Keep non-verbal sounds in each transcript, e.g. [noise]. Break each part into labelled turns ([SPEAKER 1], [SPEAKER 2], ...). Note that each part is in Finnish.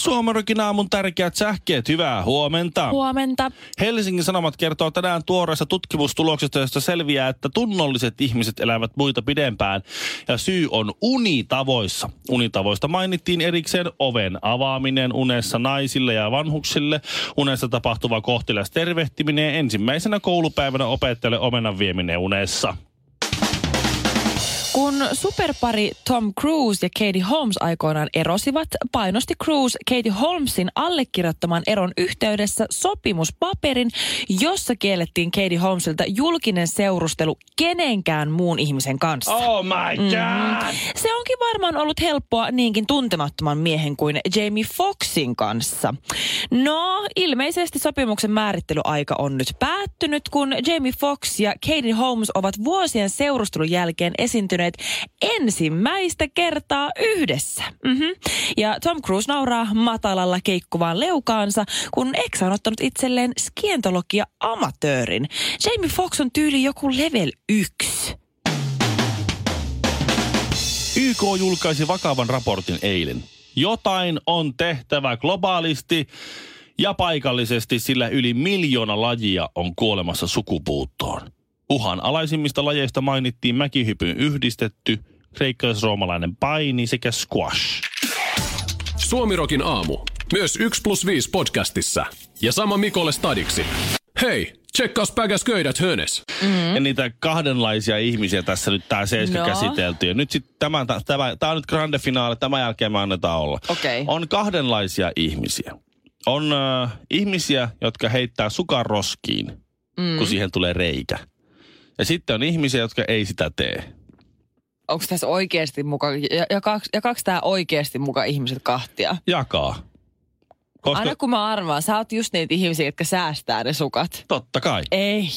[SPEAKER 1] Suomarokin aamun tärkeät sähkeet, hyvää huomenta.
[SPEAKER 2] Huomenta.
[SPEAKER 1] Helsingin Sanomat kertoo tänään tuoreesta tutkimustuloksesta, josta selviää, että tunnolliset ihmiset elävät muita pidempään. Ja syy on unitavoissa. Unitavoista mainittiin erikseen oven avaaminen unessa naisille ja vanhuksille, unessa tapahtuva kohtilas tervehtiminen ja ensimmäisenä koulupäivänä opettajalle omenan vieminen unessa.
[SPEAKER 2] Kun superpari Tom Cruise ja Katie Holmes aikoinaan erosivat, painosti Cruise Katie Holmesin allekirjoittaman eron yhteydessä sopimuspaperin, jossa kiellettiin Katie Holmesilta julkinen seurustelu kenenkään muun ihmisen kanssa.
[SPEAKER 1] Oh my god! Mm.
[SPEAKER 2] Se onkin varmaan ollut helppoa niinkin tuntemattoman miehen kuin Jamie Foxin kanssa. No, ilmeisesti sopimuksen määrittelyaika on nyt päättynyt, kun Jamie Fox ja Katie Holmes ovat vuosien seurustelun jälkeen esiintyneet ensimmäistä kertaa yhdessä. Mm-hmm. Ja Tom Cruise nauraa matalalla keikkuvaan leukaansa, kun ex on ottanut itselleen skientologia-amatöörin. Jamie Fox on tyyli joku level 1.
[SPEAKER 1] YK julkaisi vakavan raportin eilen. Jotain on tehtävä globaalisti ja paikallisesti, sillä yli miljoona lajia on kuolemassa sukupuuttoon. Uhan alaisimmista lajeista mainittiin mäkihypyn yhdistetty, kreikkalais-roomalainen paini sekä squash.
[SPEAKER 3] Suomirokin aamu. Myös 1 plus 5 podcastissa. Ja sama Mikolle stadiksi. Hei, tsekkaus päkäs köydät hönes.
[SPEAKER 1] Mm. Ja niitä kahdenlaisia ihmisiä tässä nyt tämä 70
[SPEAKER 2] No.
[SPEAKER 1] no. käsitelty. Ja nyt sitten tämä, tämä, tämä on nyt grande finaali, tämän jälkeen me annetaan olla.
[SPEAKER 2] Okei.
[SPEAKER 1] On kahdenlaisia ihmisiä. On äh, ihmisiä, jotka heittää sukan roskiin, mm. kun siihen tulee reikä. Ja sitten on ihmisiä, jotka ei sitä tee.
[SPEAKER 4] onko tässä oikeasti muka, ja, ja, kaks, ja kaks tää oikeasti muka ihmiset kahtia?
[SPEAKER 1] Jakaa. Koska
[SPEAKER 4] Aina kun mä arvaan, sä oot just niitä ihmisiä, jotka säästää ne sukat.
[SPEAKER 1] totta kai.
[SPEAKER 4] Ei.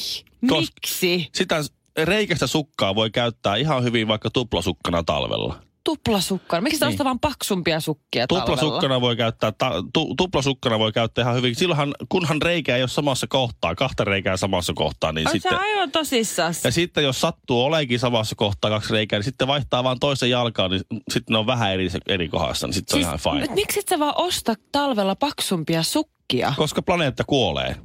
[SPEAKER 1] Kos-
[SPEAKER 4] Miksi?
[SPEAKER 1] Sitä reikästä sukkaa voi käyttää ihan hyvin vaikka tuplasukkana talvella.
[SPEAKER 4] Tuplasukkana. Miksi sä
[SPEAKER 1] Niin.
[SPEAKER 4] ostaa vaan paksumpia sukkia talvella?
[SPEAKER 1] Tuplasukkana voi käyttää, ta, tu, tuplasukkana voi käyttää ihan hyvin. Silloin kunhan reikä ei ole samassa kohtaa, kahta reikää samassa kohtaa, niin
[SPEAKER 4] Oot
[SPEAKER 1] sitten...
[SPEAKER 4] sä aivan tosissas?
[SPEAKER 1] Ja sitten jos sattuu oleekin samassa kohtaa kaksi reikää, niin sitten vaihtaa vaan toisen jalkaan, niin sitten ne on vähän eri, eri kohdassa, niin sitten se on ihan
[SPEAKER 4] Siis nyt
[SPEAKER 1] fine.
[SPEAKER 4] miksi et sä vaan osta talvella paksumpia sukkia?
[SPEAKER 1] Koska planeetta kuolee.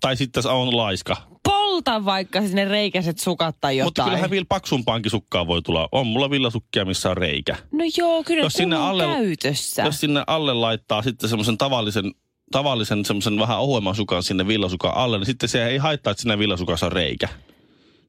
[SPEAKER 1] Tai sitten se on laiska.
[SPEAKER 4] Polta vaikka sinne reikäiset sukat tai
[SPEAKER 1] Mutta
[SPEAKER 4] jotain.
[SPEAKER 1] kyllähän vielä paksumpaankin sukkaa voi tulla. On mulla villasukkia, missä on reikä.
[SPEAKER 4] No joo, kyllä
[SPEAKER 1] Jos sinne
[SPEAKER 4] kun on
[SPEAKER 1] alle-
[SPEAKER 4] käytössä.
[SPEAKER 1] Jos sinne alle laittaa sitten semmoisen tavallisen, tavallisen semmoisen vähän ohuemman sukan sinne villasukan alle, niin sitten se ei haittaa, että siinä villasukassa on reikä.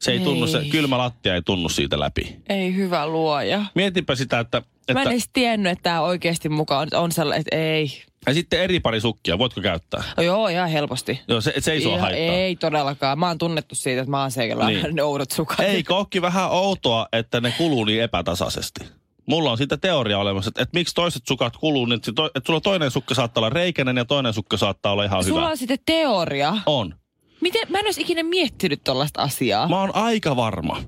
[SPEAKER 1] Se ei,
[SPEAKER 4] Ei.
[SPEAKER 1] tunnu, se kylmä lattia ei tunnu siitä läpi.
[SPEAKER 4] Ei hyvä luoja.
[SPEAKER 1] Mietipä sitä, että,
[SPEAKER 4] Mä
[SPEAKER 1] että
[SPEAKER 4] en edes tiennyt, että tämä oikeasti mukaan on sellainen, että ei.
[SPEAKER 1] ja sitten eri pari sukkia, voitko käyttää?
[SPEAKER 4] No joo, ihan helposti.
[SPEAKER 1] Joo, se, se ei sua
[SPEAKER 4] Ihan-
[SPEAKER 1] haittaa.
[SPEAKER 4] Ei todellakaan. Mä oon tunnettu siitä, että mä oon seikellä
[SPEAKER 1] Niin.
[SPEAKER 4] [laughs] niin. ne oudot sukat.
[SPEAKER 1] Eikö olekin vähän outoa, että ne kuluu niin epätasaisesti? Mulla on siitä teoria olemassa, että, että miksi toiset sukat kuluu, niin että, että sulla toinen sukka saattaa olla reikäinen ja toinen sukka saattaa olla ihan
[SPEAKER 4] Sulla
[SPEAKER 1] hyvä.
[SPEAKER 4] on sitten teoria.
[SPEAKER 1] On.
[SPEAKER 4] Miten, mä en olisi ikinä miettinyt tollaista asiaa.
[SPEAKER 1] Mä oon aika varma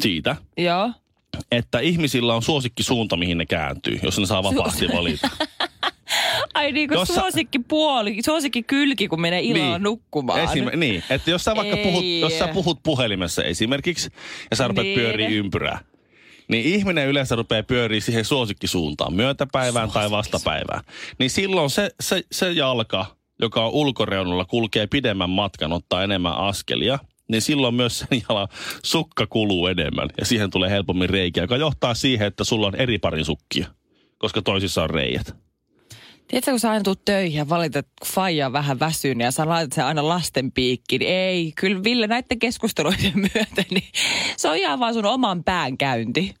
[SPEAKER 1] siitä,
[SPEAKER 4] Joo.
[SPEAKER 1] että ihmisillä on suosikkisuunta, mihin ne kääntyy, jos ne saa vapaasti valita.
[SPEAKER 4] Ai niin kuin
[SPEAKER 1] Jos sä-
[SPEAKER 4] suosikki puoli, suosikki kylki, kun menee illalla
[SPEAKER 1] Niin.
[SPEAKER 4] nukkumaan.
[SPEAKER 1] Esim- niin, että jos sä vaikka
[SPEAKER 4] Ei.
[SPEAKER 1] puhut, jos sä puhut puhelimessa esimerkiksi ja sä rupeat
[SPEAKER 4] Niin.
[SPEAKER 1] pyörii ympyrää, niin ihminen yleensä rupeaa pyörii siihen suosikkisuuntaan, myötäpäivään tai vastapäivään. Niin silloin se, se, se jalka, joka on ulkoreunulla, kulkee pidemmän matkan, ottaa enemmän askelia, niin silloin myös sen jalan sukka kuluu enemmän ja siihen tulee helpommin reikiä, joka johtaa siihen, että sulla on eri parin sukkia, koska toisissa on reijät.
[SPEAKER 4] Tiedätkö, kun sä aina tuut töihin ja valitat, kun faija on vähän väsynyt ja sä laitat sen aina lasten piikkiin. niin Ei, kyllä Ville näiden keskusteluiden [laughs] myötä, niin se on ihan vaan sun oman pään käynti.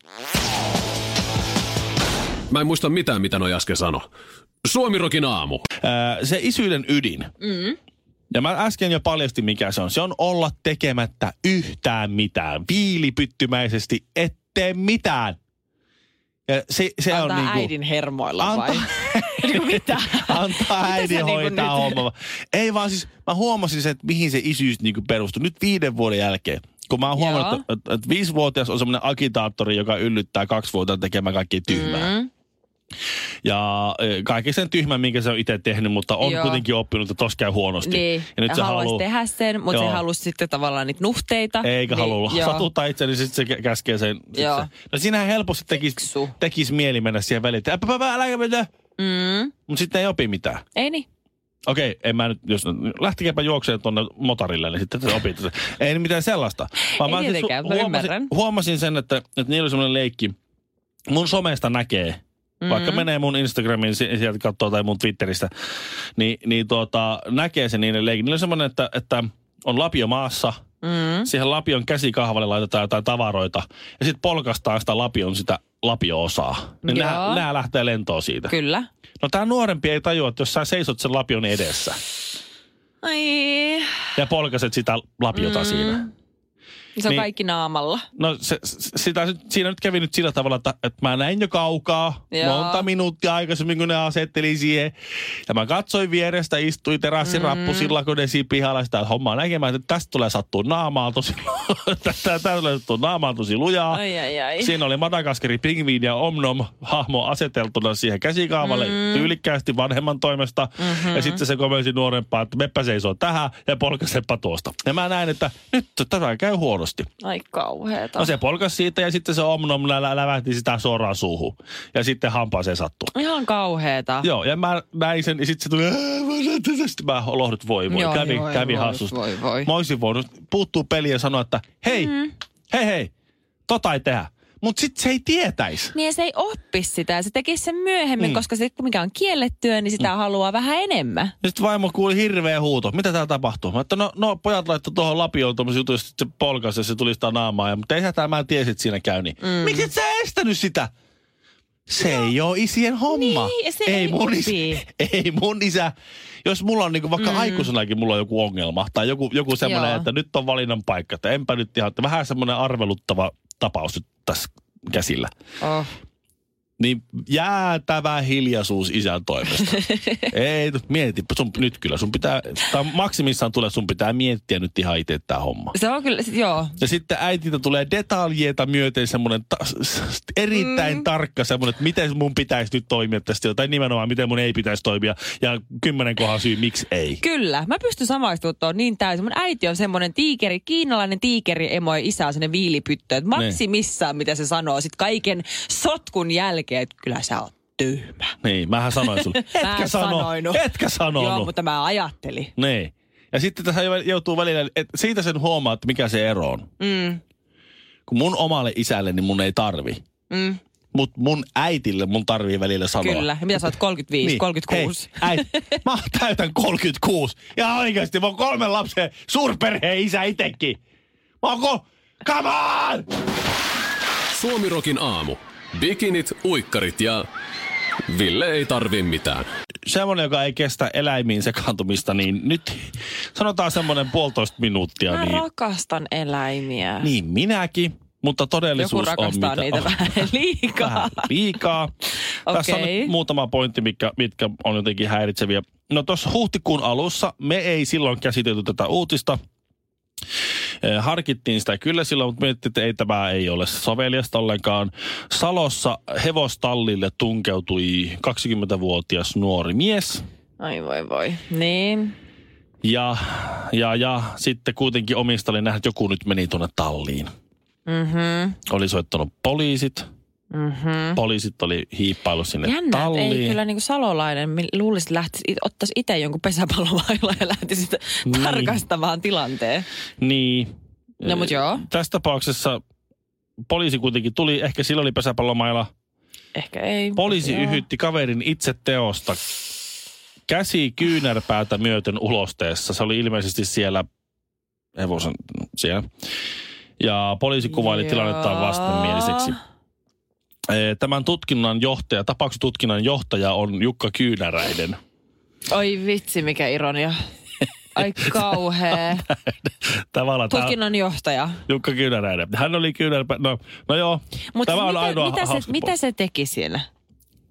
[SPEAKER 3] Mä en muista mitään, mitä noi äsken sano. Suomirokin aamu.
[SPEAKER 1] Ää, se isyyden ydin. Mm. Ja mä äsken jo paljastin, mikä se on. Se on olla tekemättä yhtään mitään. Viilipyttymäisesti ettei mitään. Ja se, se
[SPEAKER 4] Antaa
[SPEAKER 1] on niinku,
[SPEAKER 4] äidin hermoilla vai?
[SPEAKER 1] Antaa- [laughs]
[SPEAKER 4] niinku mitä?
[SPEAKER 1] Antaa
[SPEAKER 4] Mitä sä
[SPEAKER 1] äidin
[SPEAKER 4] niinku
[SPEAKER 1] hoitaa
[SPEAKER 4] nyt-
[SPEAKER 1] homma. Ei vaan siis, mä huomasin sen, että mihin se isyys niinku perustuu. Nyt viiden vuoden jälkeen. Kun mä oon huomannut,
[SPEAKER 4] Joo.
[SPEAKER 1] että, että, että viisivuotias on semmoinen agitaattori, joka yllyttää kaksivuotiaan tekemään kaikkea tyhmää.
[SPEAKER 4] Mm-hmm.
[SPEAKER 1] Mm. Ja eh, kaiken sen tyhmän, minkä se on itse tehnyt, mutta on Joo.
[SPEAKER 4] Joo.
[SPEAKER 1] kuitenkin oppinut, että tos käy huonosti.
[SPEAKER 4] Niin.
[SPEAKER 1] Ja nyt se
[SPEAKER 4] haluaisi
[SPEAKER 1] haluu-
[SPEAKER 4] tehdä sen, mutta se
[SPEAKER 1] Joo.
[SPEAKER 4] halusi sitten tavallaan niitä nuhteita.
[SPEAKER 1] Eikä niin, halua
[SPEAKER 4] joo.
[SPEAKER 1] satuttaa itse, niin sitten se kä- käskee sen. sit
[SPEAKER 4] Joo.
[SPEAKER 1] se- No siinähän helposti tekisi
[SPEAKER 4] Fiksu.
[SPEAKER 1] tekis mieli mennä siihen väliin, että äpä, äpä, älä mennä.
[SPEAKER 4] Mm.
[SPEAKER 1] Mutta sitten ei opi mitään.
[SPEAKER 4] Ei niin.
[SPEAKER 1] Okei, en mä nyt, jos, lähtikääpä juokseen tuonne motorille, niin sitten te opitte sen. Ei mitään sellaista. Vaan
[SPEAKER 4] Ei
[SPEAKER 1] siis
[SPEAKER 4] tietenkään, mä ymmärrän.
[SPEAKER 1] huomasin, huomasin sen, että, että niillä oli semmoinen leikki. Mun somesta näkee, mm-hmm. vaikka menee mun Instagramiin, si- sieltä katsoo tai mun Twitteristä, niin, niin tuota, näkee se niiden leikin. Niillä on semmoinen, että, että on lapio maassa,
[SPEAKER 4] Mm.
[SPEAKER 1] siihen lapion käsikahvalle laitetaan jotain tavaroita, ja sitten polkastaan sitä lapion sitä lapio-osaa. Niin
[SPEAKER 4] Joo.
[SPEAKER 1] nämä, nämä lähtee lentoon siitä.
[SPEAKER 4] Kyllä.
[SPEAKER 1] No tämä nuorempi ei tajua, että jos sä seisot sen lapion edessä,
[SPEAKER 4] Ai.
[SPEAKER 1] ja polkaset sitä lapiota mm. siinä.
[SPEAKER 4] Se on
[SPEAKER 1] Niin.
[SPEAKER 4] niin. kaikki naamalla.
[SPEAKER 1] No se, s- sitä, nyt- siinä nyt kävi nyt sillä tavalla, että, että mä näin jo kaukaa Joo.
[SPEAKER 4] Joo.
[SPEAKER 1] monta minuuttia aikaisemmin, kun ne asetteli siihen. Ja mä katsoin vierestä, istuin
[SPEAKER 4] Mm.
[SPEAKER 1] terassirappusilla, kun ne siinä pihalla sitä hommaa näkemään, että tästä tulee sattua naamaa tosi, [laughs] tästä, tästä tulee sattua naamaa tosi lujaa.
[SPEAKER 4] Ai, ai, ai.
[SPEAKER 1] Siinä oli Madagaskari Pingviin ja Omnom hahmo aseteltuna siihen käsikaavalle mm. tyylikkäästi vanhemman toimesta. Mm-hmm. Ja sitten se komensi nuorempaa, että meppä seisoo tähän ja polkasepa tuosta. Ja mä näin, että nyt tämä käy huonosti.
[SPEAKER 4] Ai kauheeta.
[SPEAKER 1] No se polkas siitä ja sitten se Omnom lä- lävähti sitä suoraan suuhun. Ja sitten hampaaseen sattuu.
[SPEAKER 4] Ihan kauheeta.
[SPEAKER 1] Joo, ja mä näin sen, ja sitten se tuli, "Ää, mä näin tätä." sitten mä lohdut voi voi,
[SPEAKER 4] Joo,
[SPEAKER 1] kävi,
[SPEAKER 4] joo,
[SPEAKER 1] kävi
[SPEAKER 4] voi,
[SPEAKER 1] hassusta.
[SPEAKER 4] voi, voi. Mm-hmm.
[SPEAKER 1] Mä olisin voinut puuttuu peliin ja sanoa, että hei, mm. hei, hei, tota ei tehdä. Mut sit se ei tietäis.
[SPEAKER 4] Niin ja se ei oppi sitä ja se tekisi sen myöhemmin, mm. koska se mikä on kiellettyä, niin sitä mm. haluaa vähän enemmän.
[SPEAKER 1] Ja Sitten Niin vaimo kuuli hirveä huuto. Mitä täällä tapahtuu? Mä että no, no pojat laittoi tuohon lapioon tuommoisen jutun, ja sit se polkas ja se tuli sitä naamaa. Ja, mutta eihän tämä tiesi, että siinä käy niin. Mm. Miksi et sä estänyt sitä? Se no. ei ole isien homma.
[SPEAKER 4] Niin, ja se ei
[SPEAKER 1] mun
[SPEAKER 4] opi.
[SPEAKER 1] isä, ei mun isä. Jos mulla on niinku, vaikka mm. aikuisenakin mulla on joku ongelma tai joku, joku semmoinen,
[SPEAKER 4] Joo.
[SPEAKER 1] että nyt on valinnan paikka. Että enpä nyt ihan, että vähän semmoinen arveluttava tapaus nyt tässä käsillä.
[SPEAKER 4] Oh.
[SPEAKER 1] Niin jäätävä hiljaisuus isän
[SPEAKER 4] [laughs]
[SPEAKER 1] toimesta. Ei, nyt mieti, sun, nyt kyllä sun pitää, tai maksimissaan tulee, sun pitää miettiä nyt ihan itse tämä homma.
[SPEAKER 4] Se on kyllä, sit, joo.
[SPEAKER 1] Ja sitten äitiltä tulee detaljeita myöten semmoinen ta- s- s- erittäin mm. tarkka semmoinen, että miten mun pitäisi nyt toimia tästä, tai nimenomaan miten mun ei pitäisi toimia, ja kymmenen kohan syy, miksi ei.
[SPEAKER 4] Kyllä, mä pystyn samaistumaan tuohon niin täysin. Mun äiti on semmoinen tiikeri, kiinalainen tiikeri emo ja isä on semmoinen viilipyttö. Että
[SPEAKER 1] Niin.
[SPEAKER 4] maksimissaan, mitä se sanoo sit kaiken sotkun jälkeen, että kyllä sä oot tyhmä.
[SPEAKER 1] Niin, mähän sanoin
[SPEAKER 4] [laughs]
[SPEAKER 1] sulle.
[SPEAKER 4] Mä
[SPEAKER 1] Etkä
[SPEAKER 4] en
[SPEAKER 1] sano, no.
[SPEAKER 4] sanoinut.
[SPEAKER 1] etkä sanonut.
[SPEAKER 4] Joo, mutta mä ajattelin.
[SPEAKER 1] Niin. Ja sitten tässä joutuu välillä, että siitä sen huomaa, että mikä se ero on. Mm. Kun mun omalle isälle, niin mun ei tarvi. Mm. Mutta mun äitille mun tarvii välillä sanoa.
[SPEAKER 4] Kyllä. Siis Ja mitä sä oot, 35, 36?
[SPEAKER 1] Niin. Hei, äiti, mä täytän 36. Ja oikeasti, mä oon kolmen lapsen suurperheen isä itekin. Mä oon kol... Come on!
[SPEAKER 3] Suomirokin aamu. Bikinit, uikkarit ja... Ville ei tarvi mitään.
[SPEAKER 1] Semmoinen, joka ei kestä eläimiin sekaantumista, niin nyt sanotaan semmoinen puolitoista minuuttia.
[SPEAKER 4] Mä
[SPEAKER 1] niin...
[SPEAKER 4] rakastan eläimiä.
[SPEAKER 1] Niin minäkin, mutta todellisuus
[SPEAKER 4] Joku
[SPEAKER 1] on
[SPEAKER 4] rakastaa
[SPEAKER 1] mitä...
[SPEAKER 4] niitä vähän [laughs] liikaa.
[SPEAKER 1] Vähän liikaa. Tässä on
[SPEAKER 4] Okei.
[SPEAKER 1] nyt muutama pointti, mitkä, mitkä on jotenkin häiritseviä. No tuossa huhtikuun alussa, me ei silloin käsitelty tätä uutista. Eh, Harkittiin sitä kyllä silloin, mutta mietittiin, että ei tämä ei ole soveliasta ollenkaan. Salossa hevostallille tunkeutui 20-vuotias nuori mies.
[SPEAKER 4] Ai voi voi. Niin.
[SPEAKER 1] Ja, ja, ja sitten kuitenkin omista oli nähdä, että joku nyt meni tuonne talliin.
[SPEAKER 4] Mhm.
[SPEAKER 1] oli soittanut poliisit.
[SPEAKER 4] Mhm.
[SPEAKER 1] Poliisit oli hiippailu sinne
[SPEAKER 4] Jännä, että
[SPEAKER 1] talliin.
[SPEAKER 4] ei kyllä niin kuin salolainen mi- luulisi, että lähtisi, it- ottaisi itse jonkun pesäpallovailla ja lähtisi sitä
[SPEAKER 1] Niin.
[SPEAKER 4] tarkastamaan tilanteen.
[SPEAKER 1] Niin.
[SPEAKER 4] No mut joo,
[SPEAKER 1] Tässä tapauksessa poliisi kuitenkin tuli, ehkä sillä oli pesäpallomailla.
[SPEAKER 4] ehkä ei.
[SPEAKER 1] Poliisi
[SPEAKER 4] Joo.
[SPEAKER 1] yhytti kaverin itse teosta käsi kyynärpäätä myöten ulosteessa. Se oli ilmeisesti siellä hevosen siellä. Ja poliisi kuvaili
[SPEAKER 4] Joo.
[SPEAKER 1] tilannetta vastenmieliseksi. Eh, Tämän tutkinnan johtaja, tapauksen tutkinnan johtaja on Jukka Kyynäräinen.
[SPEAKER 4] Oi vitsi, mikä ironia.
[SPEAKER 1] [laughs]
[SPEAKER 4] Ai kauhea.
[SPEAKER 1] Tavallaan tämä
[SPEAKER 4] Tutkinnon johtaja.
[SPEAKER 1] Jukka Kynäräinen. Hän oli Kynärpä... No, no joo,
[SPEAKER 4] Mut
[SPEAKER 1] tämä
[SPEAKER 4] siis
[SPEAKER 1] on
[SPEAKER 4] mitä,
[SPEAKER 1] ainoa
[SPEAKER 4] mitä,
[SPEAKER 1] hauska
[SPEAKER 4] se, mitä se teki siellä?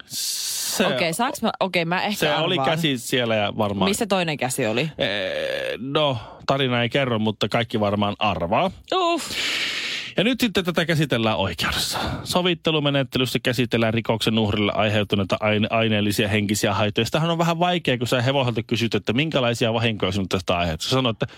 [SPEAKER 1] se,
[SPEAKER 4] Okei, okay, saaks mä, okei okay, mä ehkä
[SPEAKER 1] se
[SPEAKER 4] arvaan.
[SPEAKER 1] oli käsi siellä ja varmaan...
[SPEAKER 4] Missä toinen käsi oli?
[SPEAKER 1] Eh, No, tarina ei kerro, mutta kaikki varmaan arvaa.
[SPEAKER 4] Uff.
[SPEAKER 1] Ja nyt sitten tätä käsitellään oikeudessa. Sovittelumenettelyssä käsitellään rikoksen uhrille aiheutuneita aine- aineellisia henkisiä haittoja. Sitähän on vähän vaikea, kun sä hevoselta kysyt, että minkälaisia vahinkoja sinut tästä aiheutuu. Sä sanoit, että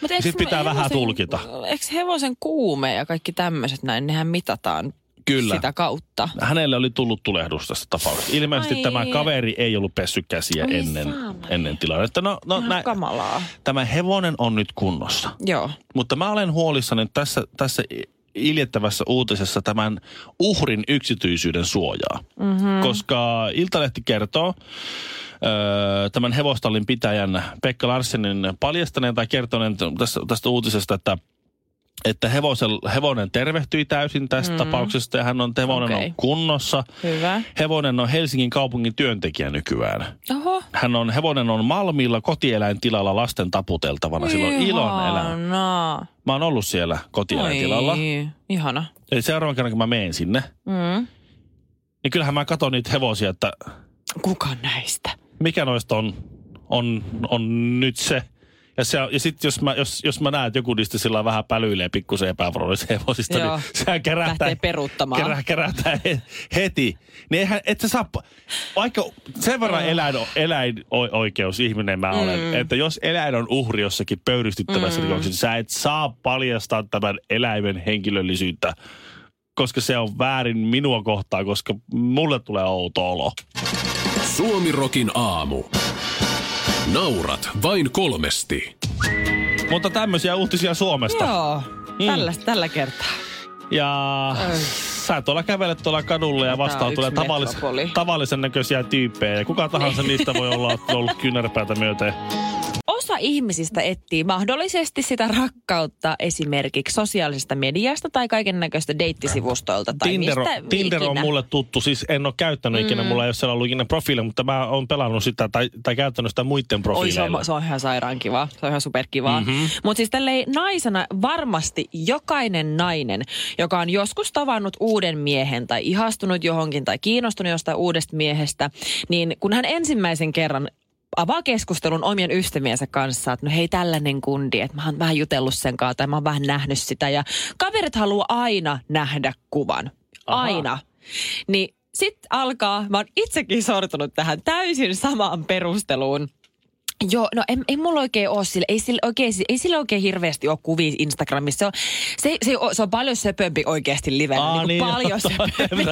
[SPEAKER 4] Mut eiks
[SPEAKER 1] Sit pitää
[SPEAKER 4] me-
[SPEAKER 1] vähän tulkita.
[SPEAKER 4] Eikö hevosen kuume ja kaikki tämmöiset näin, nehän mitataan
[SPEAKER 1] Kyllä.
[SPEAKER 4] sitä kautta.
[SPEAKER 1] hänelle oli tullut tulehdus tässä tapauksessa. Ilmeisesti
[SPEAKER 4] Ai.
[SPEAKER 1] tämä kaveri ei ollut pessy käsiä
[SPEAKER 4] Ai
[SPEAKER 1] ennen,
[SPEAKER 4] saamari.
[SPEAKER 1] ennen tilannetta. No, no
[SPEAKER 4] Ihan
[SPEAKER 1] nä-
[SPEAKER 4] kamalaa.
[SPEAKER 1] tämä hevonen on nyt kunnossa.
[SPEAKER 4] Joo.
[SPEAKER 1] Mutta mä olen huolissani tässä, tässä iljettävässä uutisessa tämän uhrin yksityisyyden suojaa. Mm-hmm. Koska Iltalehti kertoo öö, tämän hevostallin pitäjän Pekka Larsenin paljastaneen tai kertoneen t- tästä, tästä uutisesta, että että hevosen, hevonen tervehtyi täysin tästä mm. tapauksesta ja hän on, hevonen okay.
[SPEAKER 4] Okei.
[SPEAKER 1] on kunnossa.
[SPEAKER 4] Hyvä.
[SPEAKER 1] Hevonen on Helsingin kaupungin työntekijä nykyään.
[SPEAKER 4] Oho.
[SPEAKER 1] Hän on, hevonen on Malmilla kotieläintilalla lasten taputeltavana. Sillä on ilon elämä.
[SPEAKER 4] Ihanaa.
[SPEAKER 1] Mä oon ollut siellä kotieläintilalla.
[SPEAKER 4] Oi, Ihana.
[SPEAKER 1] Eli seuraavan kerran, kun mä menen sinne,
[SPEAKER 4] Mm.
[SPEAKER 1] niin kyllähän mä katson niitä hevosia, että
[SPEAKER 4] Kuka näistä?
[SPEAKER 1] mikä noista on, on, on nyt se. Ja, se, ja sitten jos mä, jos, jos mä näen, että joku niistä sillä vähän pälyilee pikkusen epävuoroisista hevosista,
[SPEAKER 4] Joo.
[SPEAKER 1] niin sehän kerähtää,
[SPEAKER 4] Lähtee peruuttamaan.
[SPEAKER 1] kerä, kerähtää he- heti. Niin eihän, et sä saa, vaikka sen verran eläin, eläinoikeus ihminen mä olen, mm. että jos eläin on uhri jossakin pöyristyttävässä mm. rikoksessa, niin sä et saa paljastaa tämän eläimen henkilöllisyyttä, koska se on väärin minua kohtaan, koska mulle tulee outo olo.
[SPEAKER 3] Suomirokin aamu. Naurat vain kolmesti.
[SPEAKER 1] Mutta tämmöisiä uutisia Suomesta.
[SPEAKER 4] Joo.
[SPEAKER 1] Mm.
[SPEAKER 4] Tällä, tällä kertaa.
[SPEAKER 1] Ja sä tuolla kävelet tuolla kadulla ja vastaan
[SPEAKER 4] yksi
[SPEAKER 1] tulee tavallis,
[SPEAKER 4] metropoli. Niin.
[SPEAKER 1] tavallisen näköisiä tyyppejä. Ja kuka tahansa niistä voi olla ollut kynärpäätä myöten.
[SPEAKER 4] Osa ihmisistä etsii mahdollisesti sitä rakkautta esimerkiksi sosiaalisesta mediasta tai kaiken näköistä deittisivustoilta tai
[SPEAKER 1] Tinder, on-
[SPEAKER 4] mistä
[SPEAKER 1] Tinder on
[SPEAKER 4] ikinä.
[SPEAKER 1] mulle tuttu, siis en ole käyttänyt mm. ikinä, mulla ei ole siellä ollut ikinä profiili, mutta mä oon pelannut sitä tai, tai käyttänyt sitä muiden
[SPEAKER 4] Oi, se
[SPEAKER 1] profiileilla.
[SPEAKER 4] on, se on ihan sairaan kivaa. Se on ihan superkivaa. Mm-hmm. Mutta siis tälleen naisena varmasti jokainen nainen, joka on joskus tavannut uuden miehen tai ihastunut johonkin tai kiinnostunut jostain uudesta miehestä, niin kun hän ensimmäisen kerran avaa keskustelun omien ystäviensä kanssa, että no hei tällainen kundi, että mä oon vähän jutellut sen kanssa tai mä oon vähän nähnyt sitä ja kaverit haluaa aina nähdä kuvan.
[SPEAKER 1] Aha.
[SPEAKER 4] Aina. Niin sitten alkaa, mä oon itsekin sortunut tähän täysin samaan perusteluun. Joo, no ei, ei mulla oikein ole sillä, ei sillä oikein, ei sillä oikein hirveästi ole kuvia Instagramissa. Se on, se, se, on, se on paljon söpömpi oikeasti livenä, niin, niin paljon söpömpi.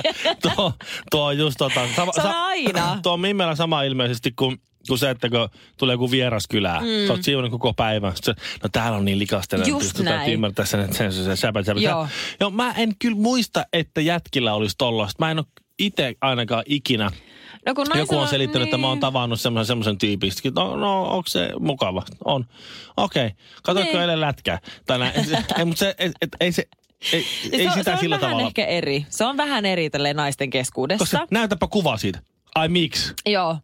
[SPEAKER 1] [laughs] tuo, tuo on just tota. Sama,
[SPEAKER 4] Se on aina.
[SPEAKER 1] [clears throat] Tuo on Mimmellä sama ilmeisesti kuin kuin se, että kun tulee joku vieras kylään, mm. sä oot siivonut koko päivän. Sit sä, no täällä on niin likasta. että
[SPEAKER 4] Just
[SPEAKER 1] täytyy
[SPEAKER 4] näin.
[SPEAKER 1] ymmärtää sen, että sen, sen, sen, säpä, säpä,
[SPEAKER 4] Joo.
[SPEAKER 1] säpä. Joo, mä en kyllä muista, että jätkillä olisi tollaista. Mä en ole itse ainakaan ikinä
[SPEAKER 4] No kun
[SPEAKER 1] Joku
[SPEAKER 4] naisella-
[SPEAKER 1] on selittänyt, niin. että mä oon tavannut semmoisen, semmoisen tyypin. Sitten, No, no onko se mukava? On. Okei. Okay. Katoitko
[SPEAKER 4] Niin.
[SPEAKER 1] eilen lätkää? Tai näin. [laughs] ei, mutta se, et, et, ei se, ei, ei
[SPEAKER 4] se, on-
[SPEAKER 1] sitä
[SPEAKER 4] se on
[SPEAKER 1] sillä
[SPEAKER 4] vähän
[SPEAKER 1] tavalla.
[SPEAKER 4] ehkä eri. Se on vähän eri tälleen naisten keskuudessa.
[SPEAKER 1] Koska näytäpä kuva siitä. Ai miksi?
[SPEAKER 4] Joo.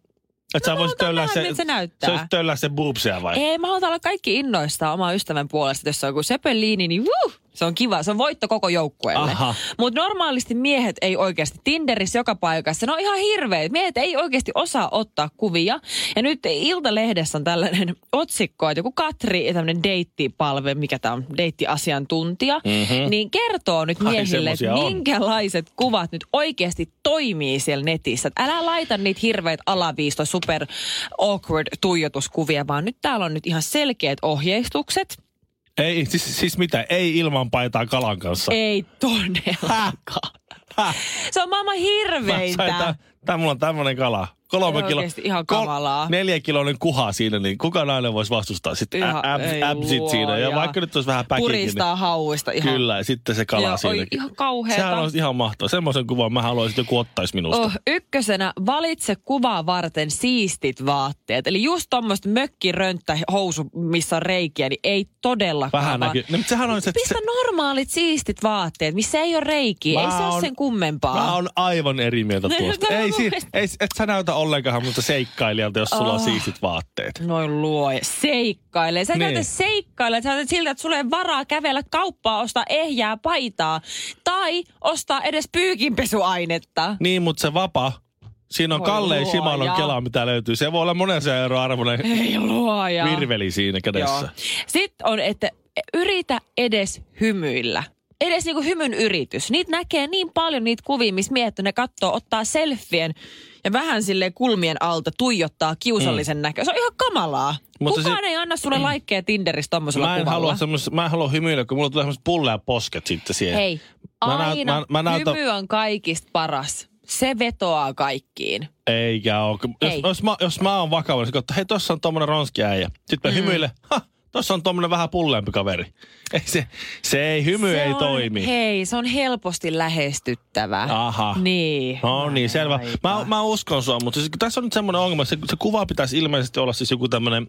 [SPEAKER 1] Että sä
[SPEAKER 4] No mä
[SPEAKER 1] voisit
[SPEAKER 4] haluan
[SPEAKER 1] töllää
[SPEAKER 4] nähdä,
[SPEAKER 1] se,
[SPEAKER 4] miltä se näyttää.
[SPEAKER 1] sä voisit töllää se boobsia vai?
[SPEAKER 4] Ei, mä haluan olla kaikki innoista oman ystävän puolesta. Jos se on joku söpöliini, niin wuu, se on kiva. Se on voitto koko joukkueelle.
[SPEAKER 1] Aha.
[SPEAKER 4] Mutta normaalisti miehet ei oikeasti Tinderissä joka paikassa. Ne on ihan hirveet. Miehet ei oikeasti osaa ottaa kuvia. Ja nyt Iltalehdessä on tällainen otsikko, että joku Katri ja tämmöinen deittipalve, mikä tämä on, deittiasiantuntija,
[SPEAKER 1] Mhm.
[SPEAKER 4] mm-hmm. niin kertoo nyt
[SPEAKER 1] Ai,
[SPEAKER 4] miehille, että
[SPEAKER 1] semmosia on.
[SPEAKER 4] minkälaiset kuvat nyt oikeasti toimii siellä netissä. Et älä laita niitä hirveitä alaviisto super awkward tuijotuskuvia, vaan nyt täällä on nyt ihan selkeät ohjeistukset.
[SPEAKER 1] Ei, siis, siis mitä? Ei ilman paitaa kalan kanssa.
[SPEAKER 4] Ei todellakaan. Se on maailman hirveintä.
[SPEAKER 1] Tämä mulla on tämmönen kala. Kolme
[SPEAKER 4] Ei
[SPEAKER 1] kilo,
[SPEAKER 4] oikeesti ihan kamalaa.
[SPEAKER 1] neljäkiloinen kuha siinä, niin kuka nainen voisi vastustaa sitten
[SPEAKER 4] Ihan- ei
[SPEAKER 1] absit siinä. Ja
[SPEAKER 4] luoja.
[SPEAKER 1] vaikka nyt olisi vähän päkikin. niin-
[SPEAKER 4] Puristaa hauista ihan.
[SPEAKER 1] Kyllä, ja sitten se
[SPEAKER 4] Joo,
[SPEAKER 1] kala
[SPEAKER 4] oi,
[SPEAKER 1] siinä.
[SPEAKER 4] ihan kauheeta.
[SPEAKER 1] Sehän olisi ihan mahtavaa. Semmoisen kuvan mä haluaisin, että joku ottaisi minusta.
[SPEAKER 4] Oh, ykkösenä valitse kuvaa varten siistit vaatteet. Eli just tuommoista mökkirönttä housu, missä on reikiä, niin ei todellakaan.
[SPEAKER 1] Vähän
[SPEAKER 4] vaan-
[SPEAKER 1] näkyy. No, mutta sehän on se,
[SPEAKER 4] Pistä
[SPEAKER 1] se,
[SPEAKER 4] normaalit siistit vaatteet, missä ei ole reikiä.
[SPEAKER 1] Mä
[SPEAKER 4] ei se
[SPEAKER 1] oon-
[SPEAKER 4] ole sen kummempaa.
[SPEAKER 1] Mä oon aivan eri mieltä
[SPEAKER 4] No, [laughs]
[SPEAKER 1] tuosta.
[SPEAKER 4] tämä
[SPEAKER 1] ei,
[SPEAKER 4] mun
[SPEAKER 1] si-
[SPEAKER 4] mielestä-
[SPEAKER 1] ei, et sä näytä ollenkaan mutta seikkailijalta, jos
[SPEAKER 4] Ah.
[SPEAKER 1] sulla on siistit vaatteet.
[SPEAKER 4] Noin luoja. Seikkailee. Sä
[SPEAKER 1] Niin.
[SPEAKER 4] niin. seikkailee. Sä näytät siltä, että sulle ei ole varaa kävellä kauppaa, ostaa ehjää paitaa. Tai ostaa edes pyykinpesuainetta.
[SPEAKER 1] Niin, mutta se vapa, siinä on
[SPEAKER 4] Voi
[SPEAKER 1] Kalle
[SPEAKER 4] luoja.
[SPEAKER 1] Simalon kela, mitä löytyy. Se voi olla monen sen euron arvoinen
[SPEAKER 4] Ei luoja.
[SPEAKER 1] virveli siinä kädessä.
[SPEAKER 4] Sitten on, että yritä edes hymyillä. Edes niinku hymyn yritys. Niitä näkee niin paljon niitä kuvia, missä miehet ne katsoo, ottaa selfien ja vähän sille kulmien alta tuijottaa kiusallisen mm. näköä. Se on ihan kamalaa.
[SPEAKER 1] Mutta
[SPEAKER 4] Mutta Kukaan
[SPEAKER 1] se-
[SPEAKER 4] se... ei anna sulle laikkeja Tinderissä tommosella
[SPEAKER 1] Mä en,
[SPEAKER 4] kuvalla.
[SPEAKER 1] halua semmos, mä en halua hymyillä, kun mulla tulee semmoiset pullea posket sitten siihen.
[SPEAKER 4] Hei,
[SPEAKER 1] Mä näyt-
[SPEAKER 4] aina
[SPEAKER 1] mä- mä näytän-
[SPEAKER 4] hymy on kaikista paras. Se vetoaa kaikkiin.
[SPEAKER 1] Eikä oo. Jos,
[SPEAKER 4] Ei.
[SPEAKER 1] jos, mä, jos mä oon vakava, niin katso, hei, tossa on tommonen ronski äijä. Sitten mm. hymyille, ha, tossa on tommonen vähän pulleempi kaveri. [laughs] Ei se, se ei, hymy
[SPEAKER 4] se
[SPEAKER 1] ei
[SPEAKER 4] on,
[SPEAKER 1] toimi.
[SPEAKER 4] Hei, se on helposti lähestyttävä.
[SPEAKER 1] Aha.
[SPEAKER 4] Niin.
[SPEAKER 1] No niin, selvä. Mä, mä uskon sua, mutta siis, tässä on nyt semmoinen ongelma. Se, se kuva pitäisi ilmeisesti olla siis joku tämmöinen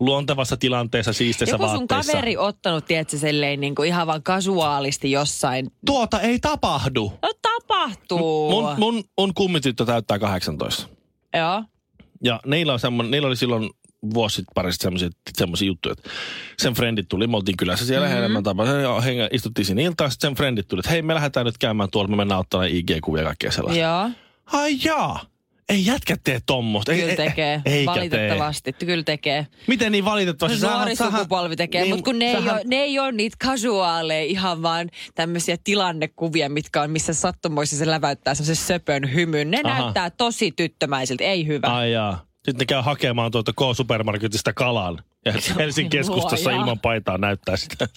[SPEAKER 1] luontevassa tilanteessa, siisteissä
[SPEAKER 4] Joku sun
[SPEAKER 1] vaatteissa.
[SPEAKER 4] kaveri ottanut, tiedätkö, selleen niin kuin ihan vaan kasuaalisti jossain.
[SPEAKER 1] Tuota ei tapahdu.
[SPEAKER 4] No tapahtuu.
[SPEAKER 1] Mun, mun, mun kummityttö täyttää 18.
[SPEAKER 4] Joo.
[SPEAKER 1] Ja niillä, on semmonen, niillä oli silloin vuosi sitten parissa semmoisia, semmoisia juttuja, että sen frendit tuli, me oltiin kylässä siellä mm-hmm. enemmän tapaa. Ja hengä, istuttiin siinä iltaan, sitten sen frendit tuli, että hei me lähdetään nyt käymään tuolla, me mennään ottamaan IG-kuvia ja kaikkea sellaista.
[SPEAKER 4] Joo.
[SPEAKER 1] Ai jaa, ei jätkä tee tommosta. Ei,
[SPEAKER 4] Kyllä
[SPEAKER 1] ei-
[SPEAKER 4] tekee.
[SPEAKER 1] Eikä tee.
[SPEAKER 4] Valitettavasti. Kyllä tekee.
[SPEAKER 1] Miten niin valitettavasti?
[SPEAKER 4] Nyt nuori sukupolvi tekee, niin, mutta kun ne, ei
[SPEAKER 1] sähän-
[SPEAKER 4] ole, ne ei ole niitä kasuaaleja, ihan vaan tämmöisiä tilannekuvia, mitkä on, missä sattumoissa se läväyttää semmoisen söpön hymyn. Ne
[SPEAKER 1] Aha.
[SPEAKER 4] Aha. näyttää tosi tyttömäisiltä, ei hyvä.
[SPEAKER 1] Ai jaa. Sitten ne käy hakemaan tuolta K-supermarketista kalan. Ja Helsingin keskustassa
[SPEAKER 4] Luoja.
[SPEAKER 1] ilman paitaa näyttää sitä.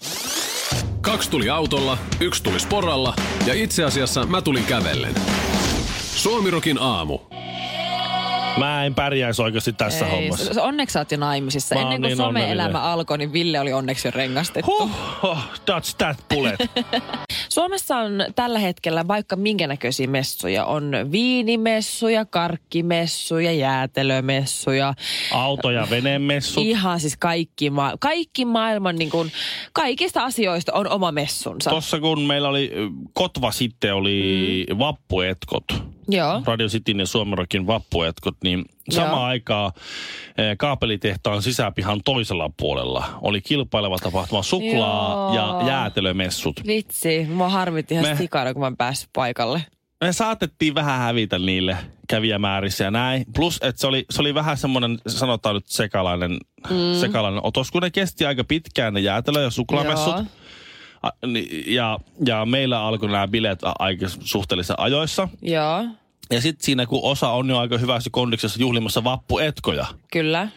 [SPEAKER 3] Kaksi tuli autolla, yksi tuli sporalla ja itse asiassa mä tulin kävellen. Suomirokin aamu.
[SPEAKER 1] Mä en pärjäisi oikeasti tässä
[SPEAKER 4] Ei,
[SPEAKER 1] hommassa.
[SPEAKER 4] s- Onneksi sä oot jo naimisissa.
[SPEAKER 1] Mä oon
[SPEAKER 4] Ennen kuin
[SPEAKER 1] niin
[SPEAKER 4] some-elämä
[SPEAKER 1] onnellinen.
[SPEAKER 4] alkoi, niin Ville oli onneksi jo rengastettu.
[SPEAKER 1] Huh, huh, that's that
[SPEAKER 4] [laughs]
[SPEAKER 1] bullet.
[SPEAKER 4] Suomessa on tällä hetkellä vaikka minkä näköisiä messuja. On viinimessuja, karkkimessuja, jäätelömessuja.
[SPEAKER 1] Auto- ja venemessut.
[SPEAKER 4] Ihan siis kaikki, ma- kaikki maailman, niin kuin, kaikista asioista on oma messunsa.
[SPEAKER 1] Tossa kun meillä oli ö, Kotva sitten oli mm. vappuetkot.
[SPEAKER 4] Joo.
[SPEAKER 1] Radio Cityn ja Suomerokin vappuetkot, niin
[SPEAKER 4] Joo.
[SPEAKER 1] samaan aikaan eh, kaapelitehtaan sisäpihan toisella puolella oli kilpaileva tapahtuma suklaa
[SPEAKER 4] Joo.
[SPEAKER 1] ja jäätelömessut.
[SPEAKER 4] Vitsi, mua harmitti ihan
[SPEAKER 1] Me-
[SPEAKER 4] Me... sikana, kun mä en päässyt paikalle.
[SPEAKER 1] me saatettiin vähän hävitä niille kävijämäärissä ja näin. Plus, että se oli, se oli vähän semmoinen, sanotaan nyt sekalainen, mm. sekalainen otos, kun ne kesti aika pitkään ne jäätelö- ja suklaamessut.
[SPEAKER 4] Joo.
[SPEAKER 1] A- ni- Ja, ja meillä alkoi nämä bileet a- aika suhteellisen ajoissa.
[SPEAKER 4] Joo,
[SPEAKER 1] Ja sitten siinä, kun osa on jo aika hyvässä kondiksessa juhlimassa vappuetkoja.
[SPEAKER 4] kyllä.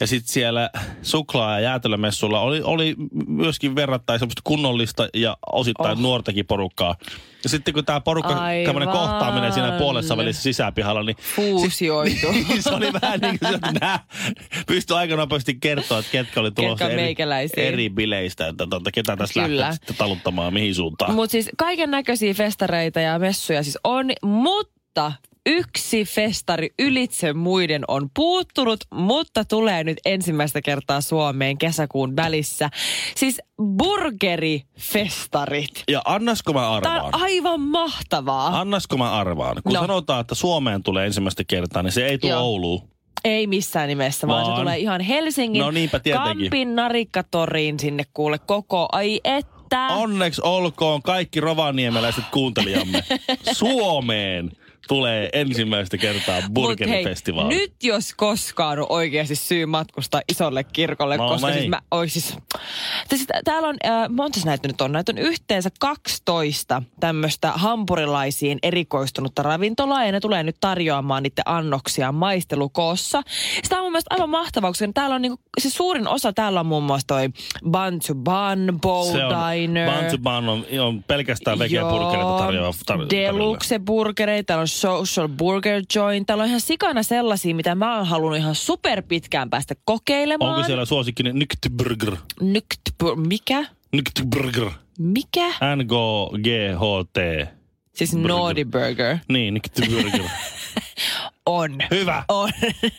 [SPEAKER 1] Ja sitten siellä suklaa- ja jäätelömessulla oli, oli myöskin verrattain semmoista kunnollista ja osittain oh. nuortakin porukkaa. Ja sitten kun tämä porukka,
[SPEAKER 4] Aivan.
[SPEAKER 1] tämmöinen kohtaaminen siinä puolessa välissä sisäpihalla, niin
[SPEAKER 4] Fuusioitu.
[SPEAKER 1] [laughs] Niin, se oli vähän niin kuin se, että nää pystyi aika nopeasti kertoa, että ketkä oli tulossa
[SPEAKER 4] Ketkä
[SPEAKER 1] eri,
[SPEAKER 4] meikäläisiä.
[SPEAKER 1] eri bileistä, että tota, ketä tässä
[SPEAKER 4] Kyllä.
[SPEAKER 1] lähtee sitten taluttamaan mihin suuntaan.
[SPEAKER 4] Mutta siis kaiken näköisiä festareita ja messuja siis on, mutta yksi festari ylitse muiden on puuttunut, mutta tulee nyt ensimmäistä kertaa Suomeen kesäkuun välissä. Siis burgerifestarit.
[SPEAKER 1] ja annasko mä
[SPEAKER 4] Tämä
[SPEAKER 1] arvaan?
[SPEAKER 4] on aivan mahtavaa.
[SPEAKER 1] Annasko mä arvaan? Kun
[SPEAKER 4] No.
[SPEAKER 1] sanotaan, että Suomeen tulee ensimmäistä kertaa, niin se ei tule
[SPEAKER 4] Joo.
[SPEAKER 1] Ouluun.
[SPEAKER 4] Ei missään nimessä, vaan,
[SPEAKER 1] Vaan.
[SPEAKER 4] se tulee ihan Helsingin
[SPEAKER 1] No niinpä tietenkin.
[SPEAKER 4] Kampin narikkatoriin sinne kuule koko. Ai että.
[SPEAKER 1] Onneksi olkoon kaikki rovaniemeläiset
[SPEAKER 4] [laughs]
[SPEAKER 1] kuuntelijamme. Suomeen tulee ensimmäistä kertaa
[SPEAKER 4] Mut
[SPEAKER 1] burgerifestivaali.
[SPEAKER 4] hei, nyt jos koskaan on oikeasti syy matkustaa isolle kirkolle,
[SPEAKER 1] No
[SPEAKER 4] no, koska
[SPEAKER 1] niin.
[SPEAKER 4] siis mä oon siis... Tai Siis, täällä on, äh, monta näitä nyt on? Näitä on yhteensä 12 tämmöistä hampurilaisiin erikoistunutta ravintolaa, ja ne tulee nyt tarjoamaan niiden annoksia maistelukoossa. Sitä on mun mielestä aivan mahtavaa, koska täällä on niinku, se suurin osa täällä on muun muassa toi Bun to Bun, Bowl
[SPEAKER 1] se on,
[SPEAKER 4] Diner.
[SPEAKER 1] Bun to Bun on, on pelkästään vegeburgereita tarjoava. tar- tarjolla.
[SPEAKER 4] Deluxe burgereita, täällä on social burger joint, täällä on ihan sikana sellaisia, mitä mä oon halunnut ihan super pitkään päästä kokeilemaan.
[SPEAKER 1] Onko siellä suosikkinen Nyktburger?
[SPEAKER 4] Nyktbur- mikä?
[SPEAKER 1] Nyktburger.
[SPEAKER 4] Mikä?
[SPEAKER 1] N-G-H-T.
[SPEAKER 4] Siis Naughty Burger. [laughs]
[SPEAKER 1] Niin, Nyktburger.
[SPEAKER 4] On.
[SPEAKER 1] Hyvä.
[SPEAKER 4] On.
[SPEAKER 1] [laughs]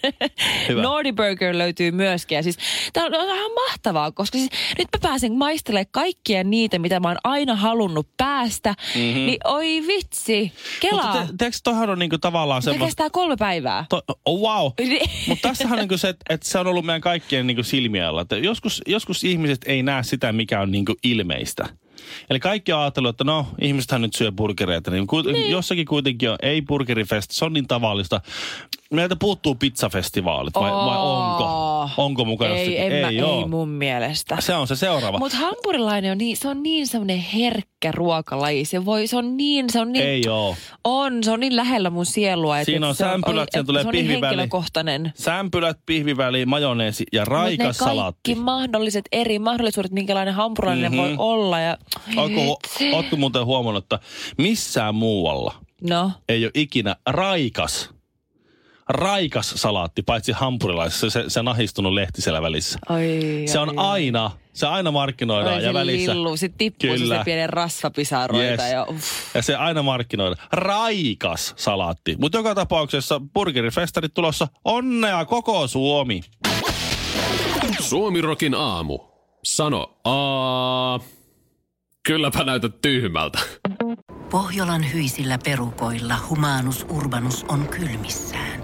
[SPEAKER 1] Hyvä.
[SPEAKER 4] Nordi Burger löytyy myöskin. Ja siis, tämä on on ihan mahtavaa, koska siis, nyt mä pääsen maistelemaan kaikkia niitä, mitä mä oon aina halunnut päästä. Mm-hmm. Niin oi vitsi, kelaa.
[SPEAKER 1] Mutta Mhm. te, teekö, toihan on niinku tavallaan
[SPEAKER 4] Se
[SPEAKER 1] semmoista...
[SPEAKER 4] kestää kolme päivää.
[SPEAKER 1] To, oh, wow.
[SPEAKER 4] Niin.
[SPEAKER 1] Mutta tässähän on niinku se, että et se on ollut meidän kaikkien niinku silmiä alla. Et Joskus, joskus ihmiset ei näe sitä, mikä on niinku ilmeistä. Eli kaikki on ajatellut, että no, ihmisethän nyt syö burgereita. Niin, kuit- niin. Jossakin kuitenkin on, ei burgerifest, se on niin tavallista. Meiltä puuttuu pizzafestivaalit, vai, vai onko? Onko mukana
[SPEAKER 4] ei,
[SPEAKER 1] jossakin?
[SPEAKER 4] en mä,
[SPEAKER 1] oo.
[SPEAKER 4] ei mun mielestä.
[SPEAKER 1] Se on se seuraava.
[SPEAKER 4] Mutta hampurilainen on niin, se on niin semmoinen herkkä ruokalaji. Se, voi, se on niin, se on niin,
[SPEAKER 1] Ei oo.
[SPEAKER 4] on, se on niin lähellä mun sielua. et-
[SPEAKER 1] Siinä
[SPEAKER 4] et
[SPEAKER 1] on
[SPEAKER 4] se
[SPEAKER 1] sämpylät,
[SPEAKER 4] oi,
[SPEAKER 1] siinä
[SPEAKER 4] et
[SPEAKER 1] tulee
[SPEAKER 4] Se on niin
[SPEAKER 1] pihviväli.
[SPEAKER 4] henkilökohtainen.
[SPEAKER 1] Sämpylät, pihviväli, majoneesi ja
[SPEAKER 4] Mut
[SPEAKER 1] raikas
[SPEAKER 4] ne
[SPEAKER 1] salaatti. Mhm.
[SPEAKER 4] kaikki mahdolliset eri mahdollisuudet, minkälainen hampurilainen mm-hmm. voi olla. Ja... Ai
[SPEAKER 1] Ootko,
[SPEAKER 4] vitsi.
[SPEAKER 1] ootko muuten huomannut, että missään muualla
[SPEAKER 4] No,
[SPEAKER 1] ei ole ikinä raikas, raikas salaatti, paitsi hampurilaisessa, se, se nahistunut lehti siellä välissä.
[SPEAKER 4] oi,
[SPEAKER 1] Se on aina, se aina markkinoidaan
[SPEAKER 4] Oi,
[SPEAKER 1] ja
[SPEAKER 4] se
[SPEAKER 1] välissä.
[SPEAKER 4] Lillu. Sitten tippuu se
[SPEAKER 1] Kyllä.
[SPEAKER 4] se pienen rasvapisaroita.
[SPEAKER 1] Yes.
[SPEAKER 4] Ja, uff.
[SPEAKER 1] Ja se aina markkinoidaan. Raikas salaatti. Mutta joka tapauksessa burgerifestarit tulossa. Onnea koko Suomi.
[SPEAKER 3] Suomirokin aamu. Sano A. Kylläpä näytät tyhmältä.
[SPEAKER 5] Pohjolan hyisillä perukoilla humanus urbanus on kylmissään.